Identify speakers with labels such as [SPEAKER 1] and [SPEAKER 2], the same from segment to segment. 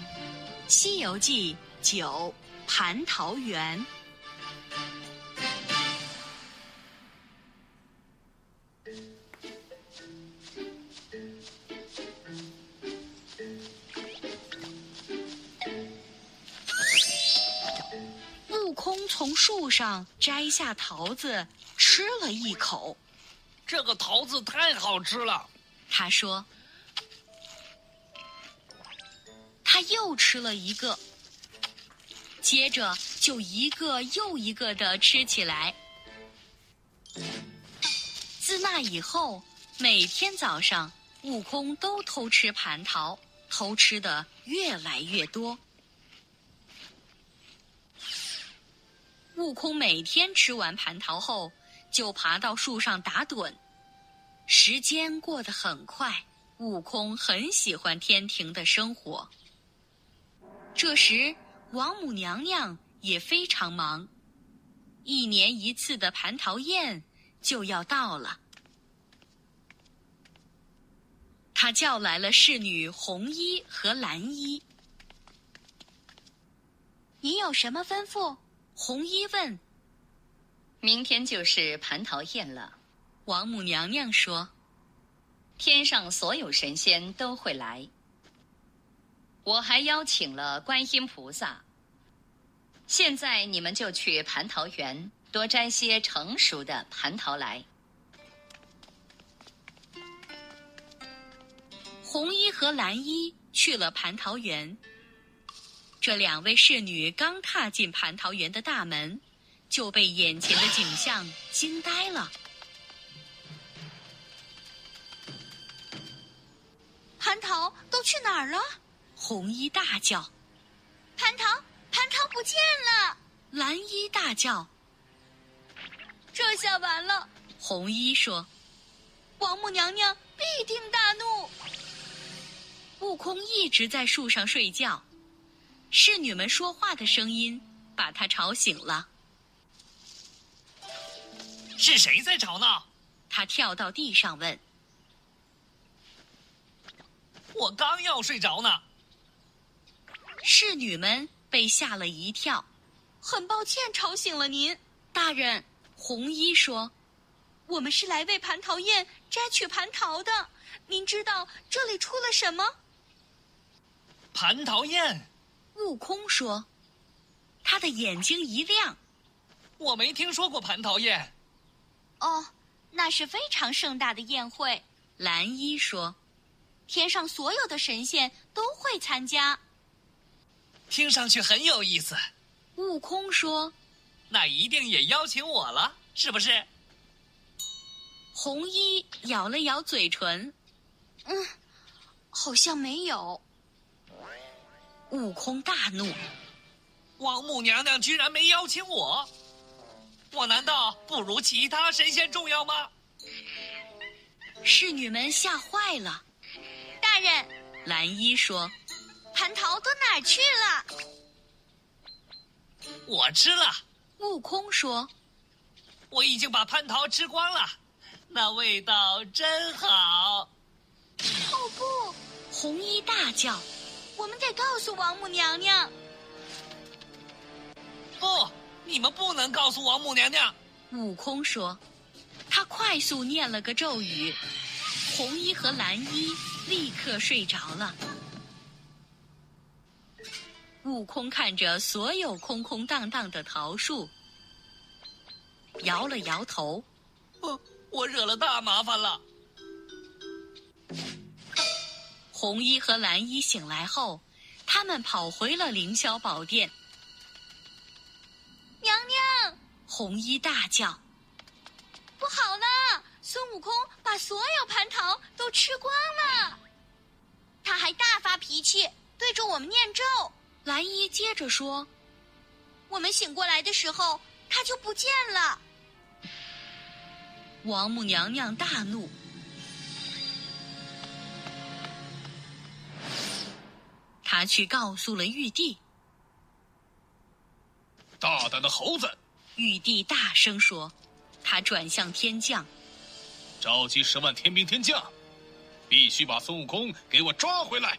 [SPEAKER 1] 《西游记》九蟠桃园。悟空从树上摘下桃子，吃了一口。
[SPEAKER 2] 这个桃子太好吃了，
[SPEAKER 1] 他说：“他又吃了一个，接着就一个又一个的吃起来。自那以后，每天早上，悟空都偷吃蟠桃，偷吃的越来越多。悟空每天吃完蟠桃后，就爬到树上打盹。时间过得很快，悟空很喜欢天庭的生活。这时，王母娘娘也非常忙，一年一次的蟠桃宴就要到了。她叫来了侍女红衣和蓝衣。你有什么吩咐？红衣问。
[SPEAKER 3] 明天就是蟠桃宴了，
[SPEAKER 1] 王母娘娘说
[SPEAKER 3] 天上所有神仙都会来。我还邀请了观音菩萨。现在你们就去蟠桃园多摘些成熟的蟠桃来。：“
[SPEAKER 1] 红衣和蓝衣去了蟠桃园。”这两位侍女刚踏进蟠桃园的大门，就被眼前的景象惊呆了。
[SPEAKER 4] 蟠桃都去哪儿了？
[SPEAKER 1] 红衣大叫，
[SPEAKER 4] 蟠桃，蟠桃不见了！
[SPEAKER 1] 蓝衣大叫，
[SPEAKER 4] 这下完了，
[SPEAKER 1] 红衣说。
[SPEAKER 4] 王母娘娘必定大怒。
[SPEAKER 1] 悟空一直在树上睡觉，侍女们说话的声音把他吵醒了。
[SPEAKER 2] 是谁在吵闹？
[SPEAKER 1] 他跳到地上问
[SPEAKER 2] 我刚要睡着呢。
[SPEAKER 1] 侍女们，被吓了一跳。
[SPEAKER 4] 很抱歉吵醒了您，
[SPEAKER 1] 大人，红衣说。
[SPEAKER 4] 我们是来为蟠桃宴摘取蟠桃的。您知道这里出了什么？
[SPEAKER 2] 蟠桃宴，
[SPEAKER 1] 悟空说，他的眼睛一亮。
[SPEAKER 2] 我没听说过蟠桃宴。
[SPEAKER 4] 哦，那是非常盛大的宴会，
[SPEAKER 1] 蓝衣说，
[SPEAKER 4] 天上所有的神仙都会参加。
[SPEAKER 2] 听上去很有意思，
[SPEAKER 1] 悟空说，
[SPEAKER 2] 那一定也邀请我了，是不是？
[SPEAKER 1] 红衣咬了咬嘴唇。
[SPEAKER 4] 嗯，好像没有。
[SPEAKER 1] 悟空大怒，
[SPEAKER 2] 王母娘娘居然没邀请我，我难道不如其他神仙重要吗？
[SPEAKER 1] 侍女们吓坏了。
[SPEAKER 4] 大人，
[SPEAKER 1] 蓝衣说，
[SPEAKER 4] 蟠桃都哪儿去了？
[SPEAKER 2] 我吃了，
[SPEAKER 1] 悟空说，
[SPEAKER 2] 我已经把蟠桃吃光了，那味道真好。
[SPEAKER 4] 哦不，
[SPEAKER 1] 红衣大叫，
[SPEAKER 4] 我们得告诉王母娘娘。
[SPEAKER 2] 不，你们不能告诉王母娘娘。
[SPEAKER 1] 悟空说，他快速念了个咒语，红衣和蓝衣立刻睡着了。悟空看着所有空空荡荡的桃树，摇了摇头。
[SPEAKER 2] 我呃我惹了大麻烦了。
[SPEAKER 1] 红衣和蓝衣醒来后，他们跑回了凌霄宝殿。
[SPEAKER 4] 娘娘，
[SPEAKER 1] 红衣大叫，
[SPEAKER 4] 不好了！孙悟空把所有蟠桃都吃光了，他还大发脾气，对着我们念咒。
[SPEAKER 1] 蓝衣接着说
[SPEAKER 4] 我们醒过来的时候，他就不见了。：“
[SPEAKER 1] 王母娘娘大怒，她去告诉了玉帝。”
[SPEAKER 2] 大胆的猴子，
[SPEAKER 1] 玉帝大声说，他转向天将，
[SPEAKER 5] 召集十万天兵天将，必须把孙悟空给我抓回来！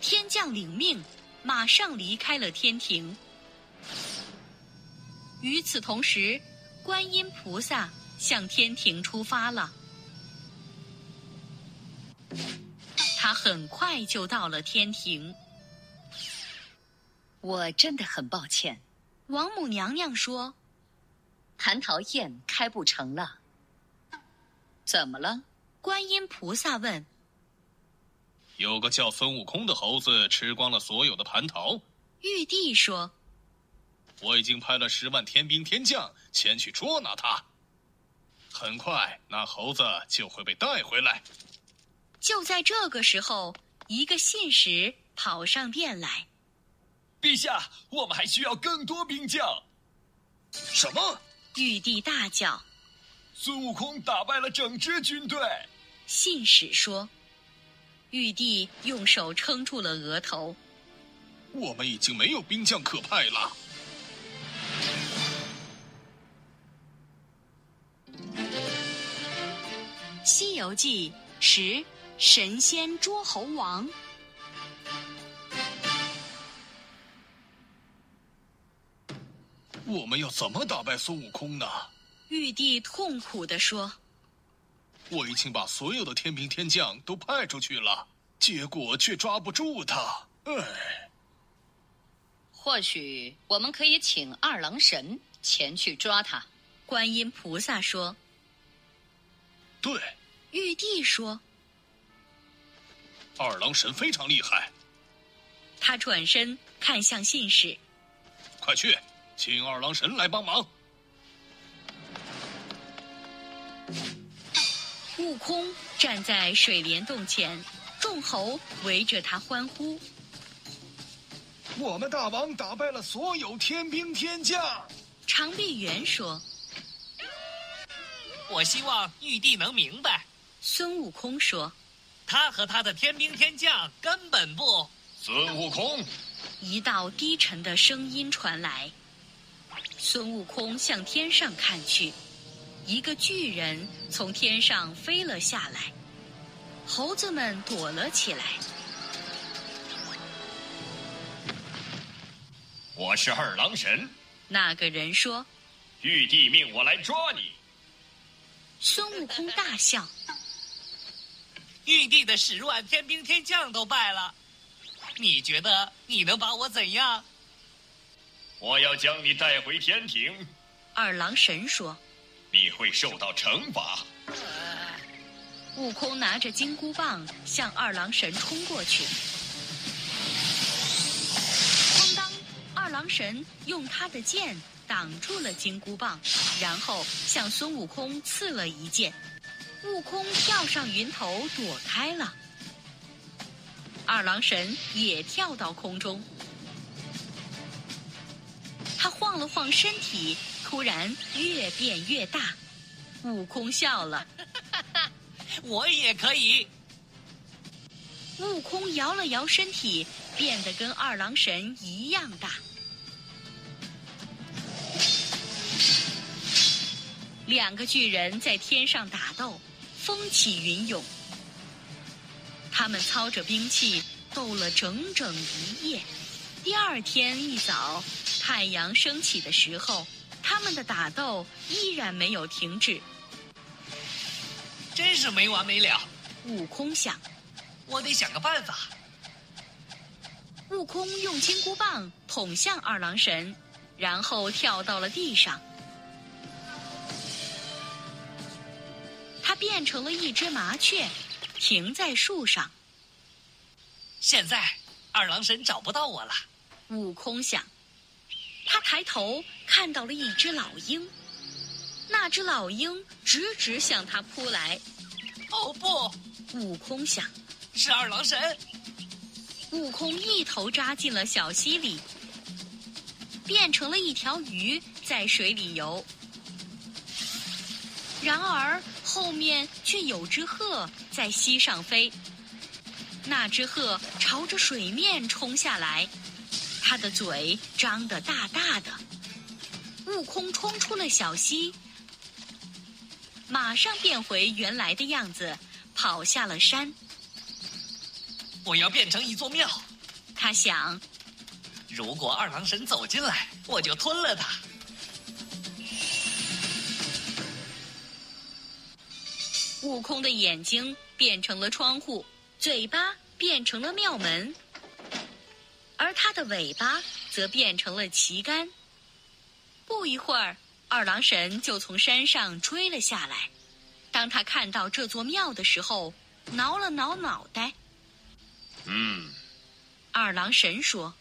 [SPEAKER 1] 天将领命，马上离开了天庭。与此同时，观音菩萨向天庭出发了。他很快就到了天庭。
[SPEAKER 3] 我真的很抱歉，
[SPEAKER 1] 王母娘娘说
[SPEAKER 3] 蟠桃宴开不成了。怎么了？：“
[SPEAKER 1] 观音菩萨问
[SPEAKER 5] 有个叫孙悟空的猴子吃光了所有的蟠桃，
[SPEAKER 1] 玉帝说，
[SPEAKER 5] 我已经派了十万天兵天将前去捉拿他。很快，那猴子就会被带回来。
[SPEAKER 1] 就在这个时候，一个信使跑上殿来。
[SPEAKER 2] 陛下，我们还需要更多兵将。
[SPEAKER 5] 什么？
[SPEAKER 1] 玉帝大叫
[SPEAKER 2] 孙悟空打败了整支军队。：“
[SPEAKER 1] 信使说！”玉帝用手撑住了额头。
[SPEAKER 5] 我们已经没有兵将可派了。
[SPEAKER 1] 《西游记》十神仙捉猴王。
[SPEAKER 5] 我们要怎么打败孙悟空呢？
[SPEAKER 1] 玉帝痛苦地说
[SPEAKER 5] 我已经把所有的天兵天将都派出去了，结果却抓不住他。哎唉，
[SPEAKER 3] 或许我们可以请二郎神前去抓他。：“
[SPEAKER 1] 观音菩萨说，
[SPEAKER 5] 对，
[SPEAKER 1] 玉帝说。
[SPEAKER 5] 二郎神非常厉害，”
[SPEAKER 1] 他转身看向信使，
[SPEAKER 5] 快去，请二郎神来帮忙。
[SPEAKER 1] 悟空站在水帘洞前，众猴围着他欢呼。
[SPEAKER 5] 我们大王打败了所有天兵天将。
[SPEAKER 1] 长臂猿说
[SPEAKER 2] 我希望玉帝能明白，：“
[SPEAKER 1] 孙悟空说。
[SPEAKER 2] 他和他的天兵天将根本不。
[SPEAKER 5] 孙悟空，”
[SPEAKER 1] 一道低沉的声音传来。孙悟空向天上看去，一个巨人从天上飞了下来，猴子们躲了起来。
[SPEAKER 6] 我是二郎神，
[SPEAKER 1] 那个人说
[SPEAKER 6] 玉帝命我来抓你。：“
[SPEAKER 1] 孙悟空大笑。”
[SPEAKER 2] 玉帝的十万天兵天将都败了，你觉得你能把我怎样？
[SPEAKER 6] 我要将你带回天庭，
[SPEAKER 1] 二郎神说
[SPEAKER 6] 你会受到惩罚。：“
[SPEAKER 1] 悟空拿着金箍棒向二郎神冲过去。”哐当！二郎神用他的剑挡住了金箍棒，然后向孙悟空刺了一剑。悟空跳上云头躲开了，二郎神也跳到空中。他晃了晃身体，突然越变越大。悟空笑了。
[SPEAKER 2] 我也可以。
[SPEAKER 1] 悟空摇了摇身体，变得跟二郎神一样大。两个巨人在天上打斗，风起云涌。他们操着兵器斗了整整一夜。第二天一早，太阳升起的时候，他们的打斗依然没有停止。
[SPEAKER 2] 真是没完没了，
[SPEAKER 1] 悟空想，
[SPEAKER 2] 我得想个办法。
[SPEAKER 1] 悟空用金箍棒捅向二郎神，然后跳到了地上。他变成了一只麻雀，停在树上。
[SPEAKER 2] 现在二郎神找不到我了，
[SPEAKER 1] 悟空想，他抬头看到了一只老鹰，那只老鹰直直向他扑来。
[SPEAKER 2] 哦不，
[SPEAKER 1] 悟空想，
[SPEAKER 2] 是二郎神。
[SPEAKER 1] 悟空一头扎进了小溪里，变成了一条鱼，在水里游。然而后面却有只鹤在溪上飞，那只鹤朝着水面冲下来，它的嘴张得大大的。悟空冲出了小溪，马上变回原来的样子，跑下了山。
[SPEAKER 2] 我要变成一座庙，
[SPEAKER 1] 他想，
[SPEAKER 2] 如果二郎神走进来，我就吞了他。
[SPEAKER 1] 悟空的眼睛变成了窗户，嘴巴变成了庙门，而他的尾巴则变成了旗杆。不一会儿，二郎神就从山上追了下来。当他看到这座庙的时候，挠了挠脑袋。
[SPEAKER 6] 嗯，
[SPEAKER 1] 二郎神说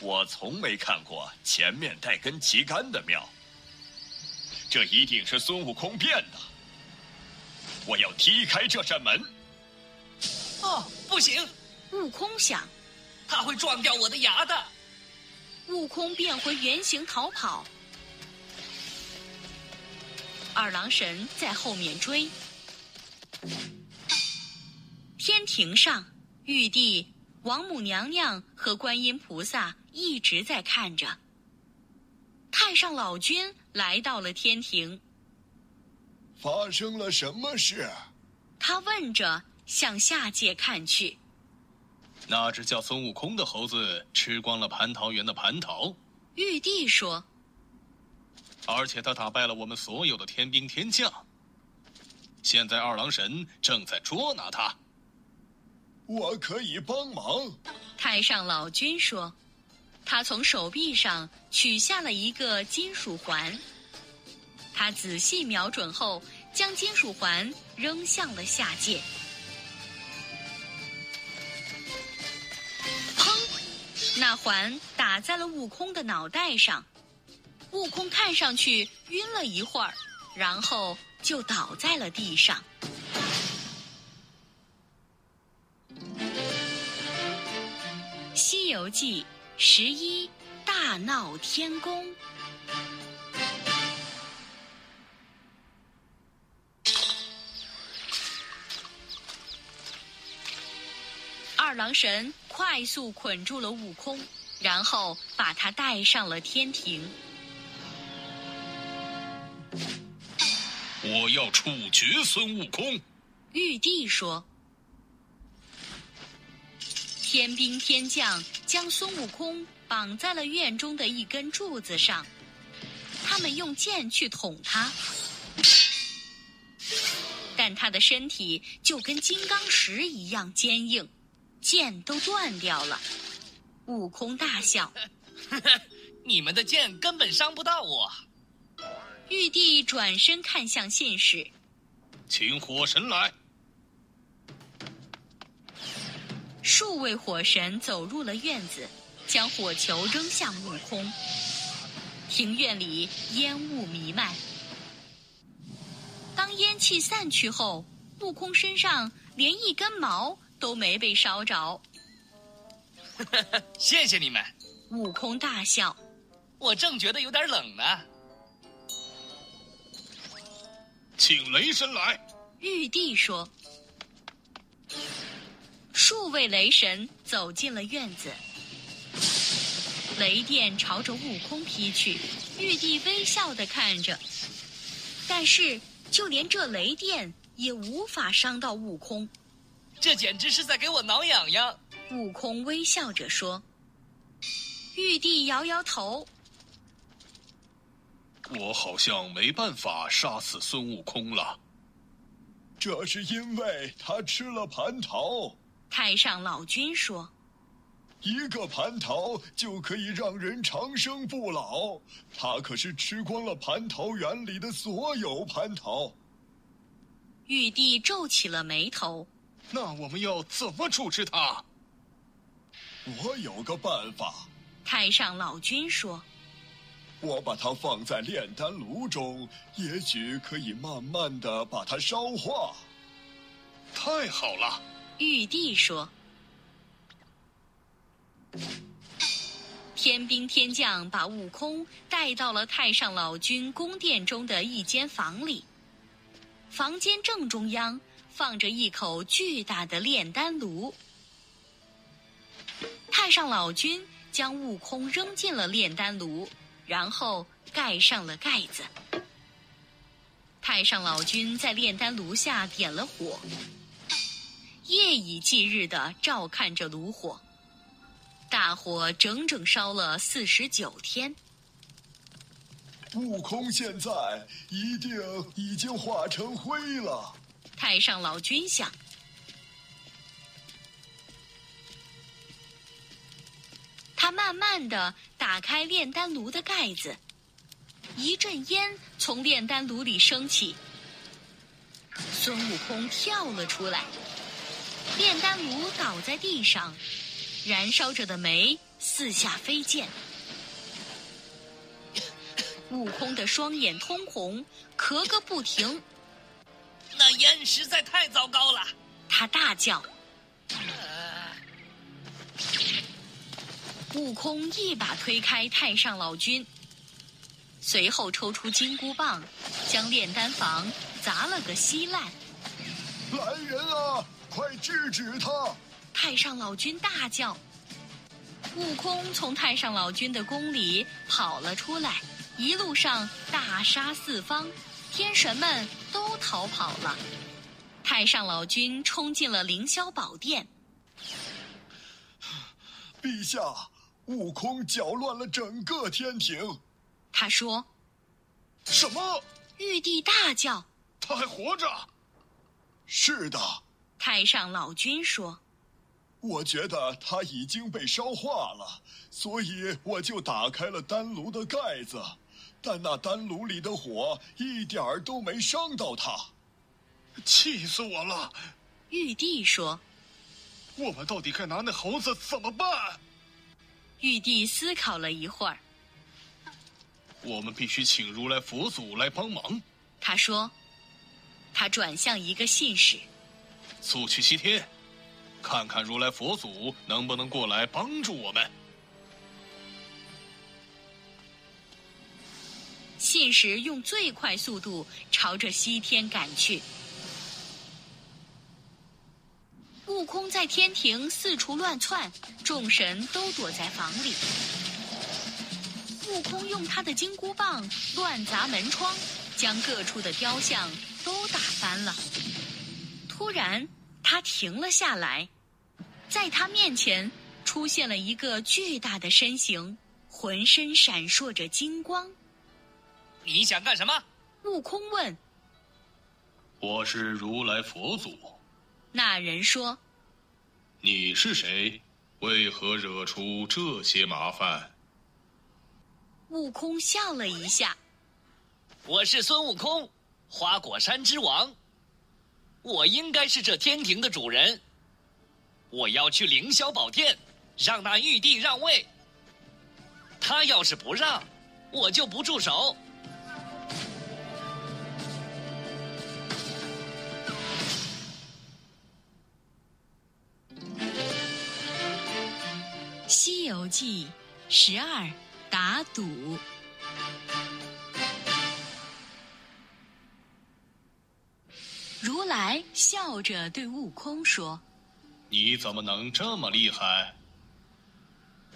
[SPEAKER 6] 我从没看过前面带根旗杆的庙，这一定是孙悟空变的。我要踢开这扇门。
[SPEAKER 2] 哦，不行，：“
[SPEAKER 1] 悟空想，
[SPEAKER 2] 他会撞掉我的牙的。
[SPEAKER 1] 悟空变回原形逃跑。二郎神在后面追。天庭上，玉帝、王母娘娘和观音菩萨一直在看着。太上老君来到了天庭，
[SPEAKER 7] 发生了什么事？
[SPEAKER 1] 他问着向下界看去。
[SPEAKER 5] 那只叫孙悟空的猴子吃光了蟠桃园的蟠桃，
[SPEAKER 1] 玉帝说
[SPEAKER 5] 而且他打败了我们所有的天兵天将。现在二郎神正在捉拿他。
[SPEAKER 7] 我可以帮忙。：“
[SPEAKER 1] 太上老君说，他从手臂上取下了一个金属环，他仔细瞄准后，将金属环扔向了下界。砰！那环打在了悟空的脑袋上，悟空看上去晕了一会儿，然后就倒在了地上。《西游记》十一大闹天宫。二郎神快速捆住了悟空，然后把他带上了天庭。
[SPEAKER 5] 我要处决孙悟空。
[SPEAKER 1] 玉帝说：“天兵天将将孙悟空绑在了院中的一根柱子上，他们用剑去捅他，但他的身体就跟金刚石一样坚硬，剑都断掉了。”悟空大笑，
[SPEAKER 2] 你们的剑根本伤不到我。
[SPEAKER 1] 玉帝转身看向信使，
[SPEAKER 5] 请火神来。
[SPEAKER 1] 数位火神走入了院子，将火球扔向悟空。庭院里烟雾弥漫。当烟气散去后，悟空身上连一根毛都没被烧着。
[SPEAKER 2] 谢谢你们，
[SPEAKER 1] 悟空大笑，
[SPEAKER 2] 我正觉得有点冷呢。
[SPEAKER 5] 请雷神来！
[SPEAKER 1] 玉帝说：“数位雷神走进了院子，雷电朝着悟空劈去。玉帝微笑的看着，但是就连这雷电也无法伤到悟空。
[SPEAKER 2] 这简直是在给我挠痒痒。
[SPEAKER 1] 悟空微笑着说：‘玉帝摇摇头，
[SPEAKER 5] 我好像没办法杀死孙悟空了。
[SPEAKER 7] 这是因为他吃了蟠桃，
[SPEAKER 1] 太上老君说
[SPEAKER 7] 一个蟠桃就可以让人长生不老。他可是吃光了蟠桃园里的所有蟠桃。：‘
[SPEAKER 1] 玉帝皱起了眉头。’
[SPEAKER 5] 那我们要怎么处置他？
[SPEAKER 7] 我有个办法，
[SPEAKER 1] 太上老君说。”
[SPEAKER 7] 我把它放在炼丹炉中，也许可以慢慢的把它烧化。
[SPEAKER 5] 太好了，
[SPEAKER 1] 玉帝说：“天兵天将把悟空带到了太上老君宫殿中的一间房里，房间正中央放着一口巨大的炼丹炉。太上老君将悟空扔进了炼丹炉，然后盖上了盖子。太上老君在炼丹炉下点了火。”夜以继日的照看着炉火。大火整整烧了四十九天。
[SPEAKER 7] 悟空现在一定已经化成灰了。
[SPEAKER 1] 太上老君想，他慢慢的打开炼丹炉的盖子，一阵烟从炼丹炉里升起，孙悟空跳了出来，炼丹炉倒在地上，燃烧着的煤四下飞溅。 悟空的双眼通红，咳个不停。
[SPEAKER 2] 那烟实在太糟糕了。
[SPEAKER 1] 他大叫。
[SPEAKER 2] 呃，
[SPEAKER 1] 悟空一把推开太上老君，随后抽出金箍棒，将炼丹房砸了个稀烂。
[SPEAKER 7] 来人啊，快制止他！
[SPEAKER 1] 太上老君大叫。悟空从太上老君的宫里跑了出来，一路上大杀四方，天神们都逃跑了。太上老君冲进了凌霄宝殿，
[SPEAKER 7] 陛下，悟空搅乱了整个天庭。
[SPEAKER 1] 他说
[SPEAKER 5] 什么？：“
[SPEAKER 1] 玉帝大叫。
[SPEAKER 5] 他还活着？
[SPEAKER 7] 是的，”
[SPEAKER 1] 太上老君说
[SPEAKER 7] 我觉得他已经被烧化了，所以我就打开了丹炉的盖子，但那丹炉里的火一点儿都没伤到他。
[SPEAKER 5] 气死我了！：“
[SPEAKER 1] 玉帝说。”
[SPEAKER 5] 我们到底该拿那猴子怎么办？
[SPEAKER 1] 玉帝思考了一会儿，
[SPEAKER 5] 我们必须请如来佛祖来帮忙，
[SPEAKER 1] 他说：“他转向一个信使，
[SPEAKER 5] 速去西天，看看如来佛祖能不能过来帮助我们。
[SPEAKER 1] 信使用最快速度朝着西天赶去。”悟空在天庭四处乱窜，众神都躲在房里。悟空用他的金箍棒乱砸门窗，将各处的雕像都打翻了。突然，他停了下来，在他面前出现了一个巨大的身形，浑身闪烁着金光。
[SPEAKER 2] 你想干什么？
[SPEAKER 1] 悟空问
[SPEAKER 5] 我是如来佛祖，
[SPEAKER 1] 那人说
[SPEAKER 5] 你是谁？为何惹出这些麻烦？：“
[SPEAKER 1] 悟空笑了一下。
[SPEAKER 2] 我是孙悟空，花果山之王。我应该是这天庭的主人。我要去凌霄宝殿，让那玉帝让位。他要是不让，我就不住手。
[SPEAKER 1] 《西游记》十二打赌。如来笑着对悟空说
[SPEAKER 5] 你怎么能这么厉害？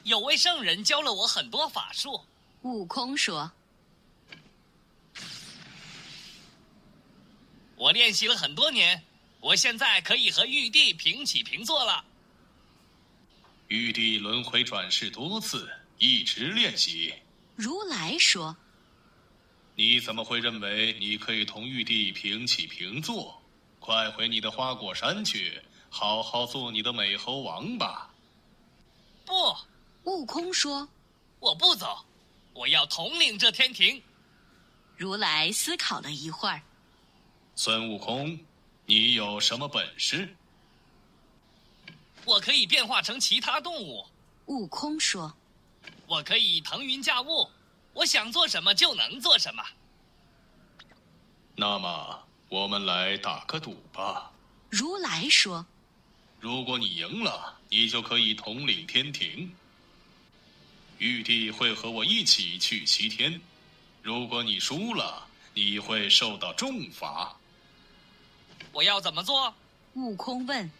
[SPEAKER 2] 有位圣人教了我很多法术，：“
[SPEAKER 1] 悟空说，
[SPEAKER 2] 我练习了很多年，我现在可以和玉帝平起平坐了。
[SPEAKER 5] 玉帝轮回转世多次，一直练习。
[SPEAKER 1] 如来说，
[SPEAKER 5] 你怎么会认为你可以同玉帝平起平坐？快回你的花果山去，好好做你的美猴王吧！
[SPEAKER 2] 不，
[SPEAKER 1] 悟空说。”
[SPEAKER 2] 我不走，我要统领这天庭。
[SPEAKER 1] 如来思考了一会儿，
[SPEAKER 5] 孙悟空，你有什么本事？
[SPEAKER 2] 我可以变化成其他动物，
[SPEAKER 1] 悟空说
[SPEAKER 2] 我可以腾云驾雾，我想做什么就能做什么。
[SPEAKER 5] 那么我们来打个赌吧。：“
[SPEAKER 1] 如来说。”
[SPEAKER 5] 如果你赢了，你就可以统领天庭。玉帝会和我一起去西天。如果你输了，你会受到重罚。
[SPEAKER 2] 我要怎么做？
[SPEAKER 1] 悟空问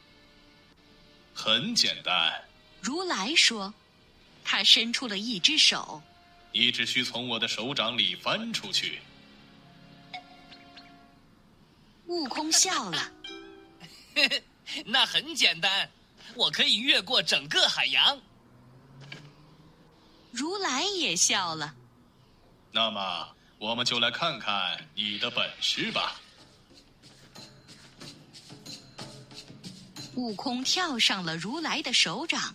[SPEAKER 5] 很简单，
[SPEAKER 1] 如来说，他伸出了一只手。
[SPEAKER 5] 你只需从我的手掌里翻出去。
[SPEAKER 1] 悟空笑了。
[SPEAKER 2] 那很简单，我可以越过整个海洋。
[SPEAKER 1] 如来也笑了。
[SPEAKER 5] 那么，我们就来看看你的本事吧。
[SPEAKER 1] 悟空跳上了如来的手掌，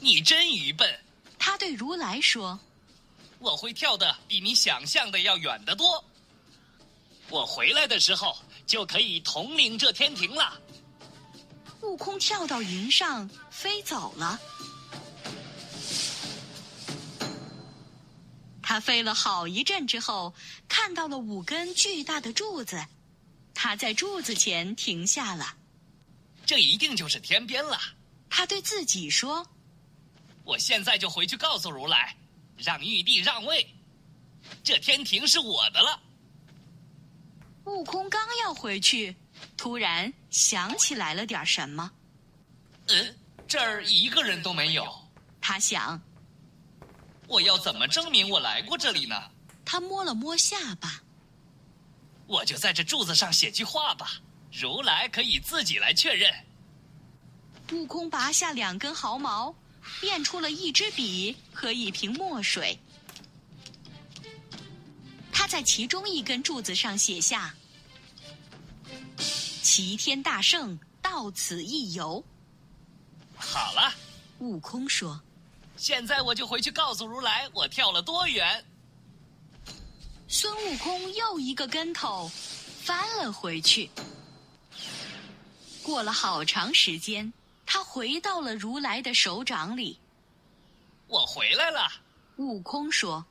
[SPEAKER 2] 你真愚笨，
[SPEAKER 1] 他对如来说
[SPEAKER 2] 我会跳的比你想象的要远得多。我回来的时候就可以统领这天庭了。：“
[SPEAKER 1] 悟空跳到云上飞走了。”他飞了好一阵之后，看到了五根巨大的柱子，他在柱子前停下了。
[SPEAKER 2] 这一定就是天边了。
[SPEAKER 1] 他对自己说
[SPEAKER 2] 我现在就回去告诉如来，让玉帝让位，这天庭是我的了。：“
[SPEAKER 1] 悟空刚要回去，突然想起来了点什么。
[SPEAKER 2] 嗯，这儿一个人都没有，
[SPEAKER 1] 他想，
[SPEAKER 2] 我要怎么证明我来过这里呢？
[SPEAKER 1] 他摸了摸下巴。”
[SPEAKER 2] 我就在这柱子上写句话吧，如来可以自己来确认。
[SPEAKER 1] 悟空拔下两根毫毛，变出了一支笔和一瓶墨水。他在其中一根柱子上写下：“齐天大圣到此一游。
[SPEAKER 2] 好了，”
[SPEAKER 1] 悟空说
[SPEAKER 2] 现在我就回去告诉如来，我跳了多远。：“
[SPEAKER 1] 孙悟空又一个跟头，翻了回去。”过了好长时间，他回到了如来的手掌里。
[SPEAKER 2] 我回来了，
[SPEAKER 1] 悟空说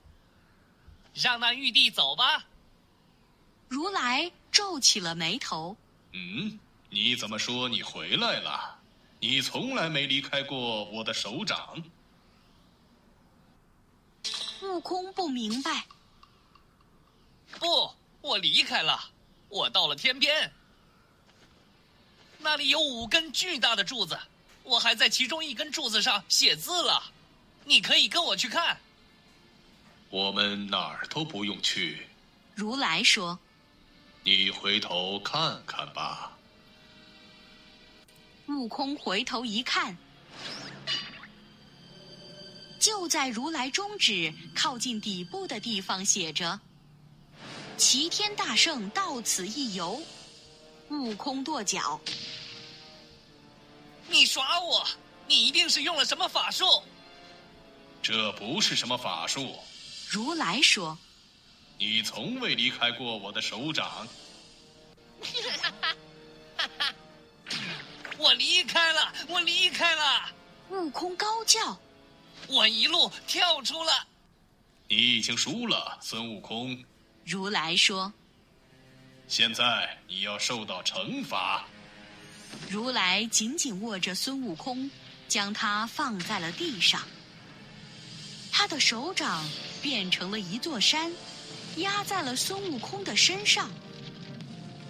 [SPEAKER 2] 让那玉帝走吧。：“
[SPEAKER 1] 如来皱起了眉头。”
[SPEAKER 5] 嗯，你怎么说你回来了？你从来没离开过我的手掌。
[SPEAKER 1] 悟空不明白，
[SPEAKER 2] 不，我离开了，我到了天边，那里有五根巨大的柱子，我还在其中一根柱子上写字了。你可以跟我去看。
[SPEAKER 5] 我们哪儿都不用去，
[SPEAKER 1] 如来说
[SPEAKER 5] 你回头看看吧。：“
[SPEAKER 1] 悟空回头一看，就在如来中指靠近底部的地方写着‘齐天大圣到此一游’。”悟空跺脚，
[SPEAKER 2] 你耍我，你一定是用了什么法术。
[SPEAKER 5] 这不是什么法术，
[SPEAKER 1] 如来说
[SPEAKER 5] 你从未离开过我的手掌。
[SPEAKER 2] 我离开了，我离开了，：“
[SPEAKER 1] 悟空高叫，
[SPEAKER 2] 我一路跳出了。
[SPEAKER 5] 你已经输了，孙悟空。
[SPEAKER 1] 如来说，
[SPEAKER 5] 现在你要受到惩罚。
[SPEAKER 1] 如来紧紧握着孙悟空，将他放在了地上。他的手掌变成了一座山，压在了孙悟空的身上。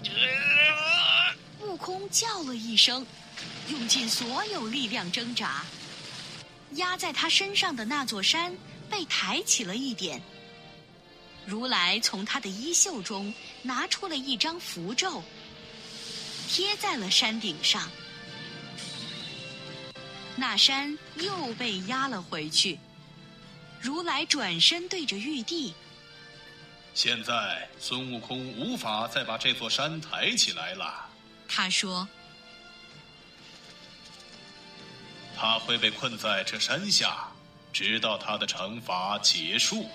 [SPEAKER 2] 呃
[SPEAKER 1] 悟空叫了一声，用尽所有力量挣扎，压在他身上的那座山被抬起了一点。如来从他的衣袖中拿出了一张符咒，贴在了山顶上。那山又被压了回去。如来转身对着玉帝，
[SPEAKER 5] 现在孙悟空无法再把这座山抬起来了，
[SPEAKER 1] 他说
[SPEAKER 5] 他会被困在这山下，直到他的惩罚结束。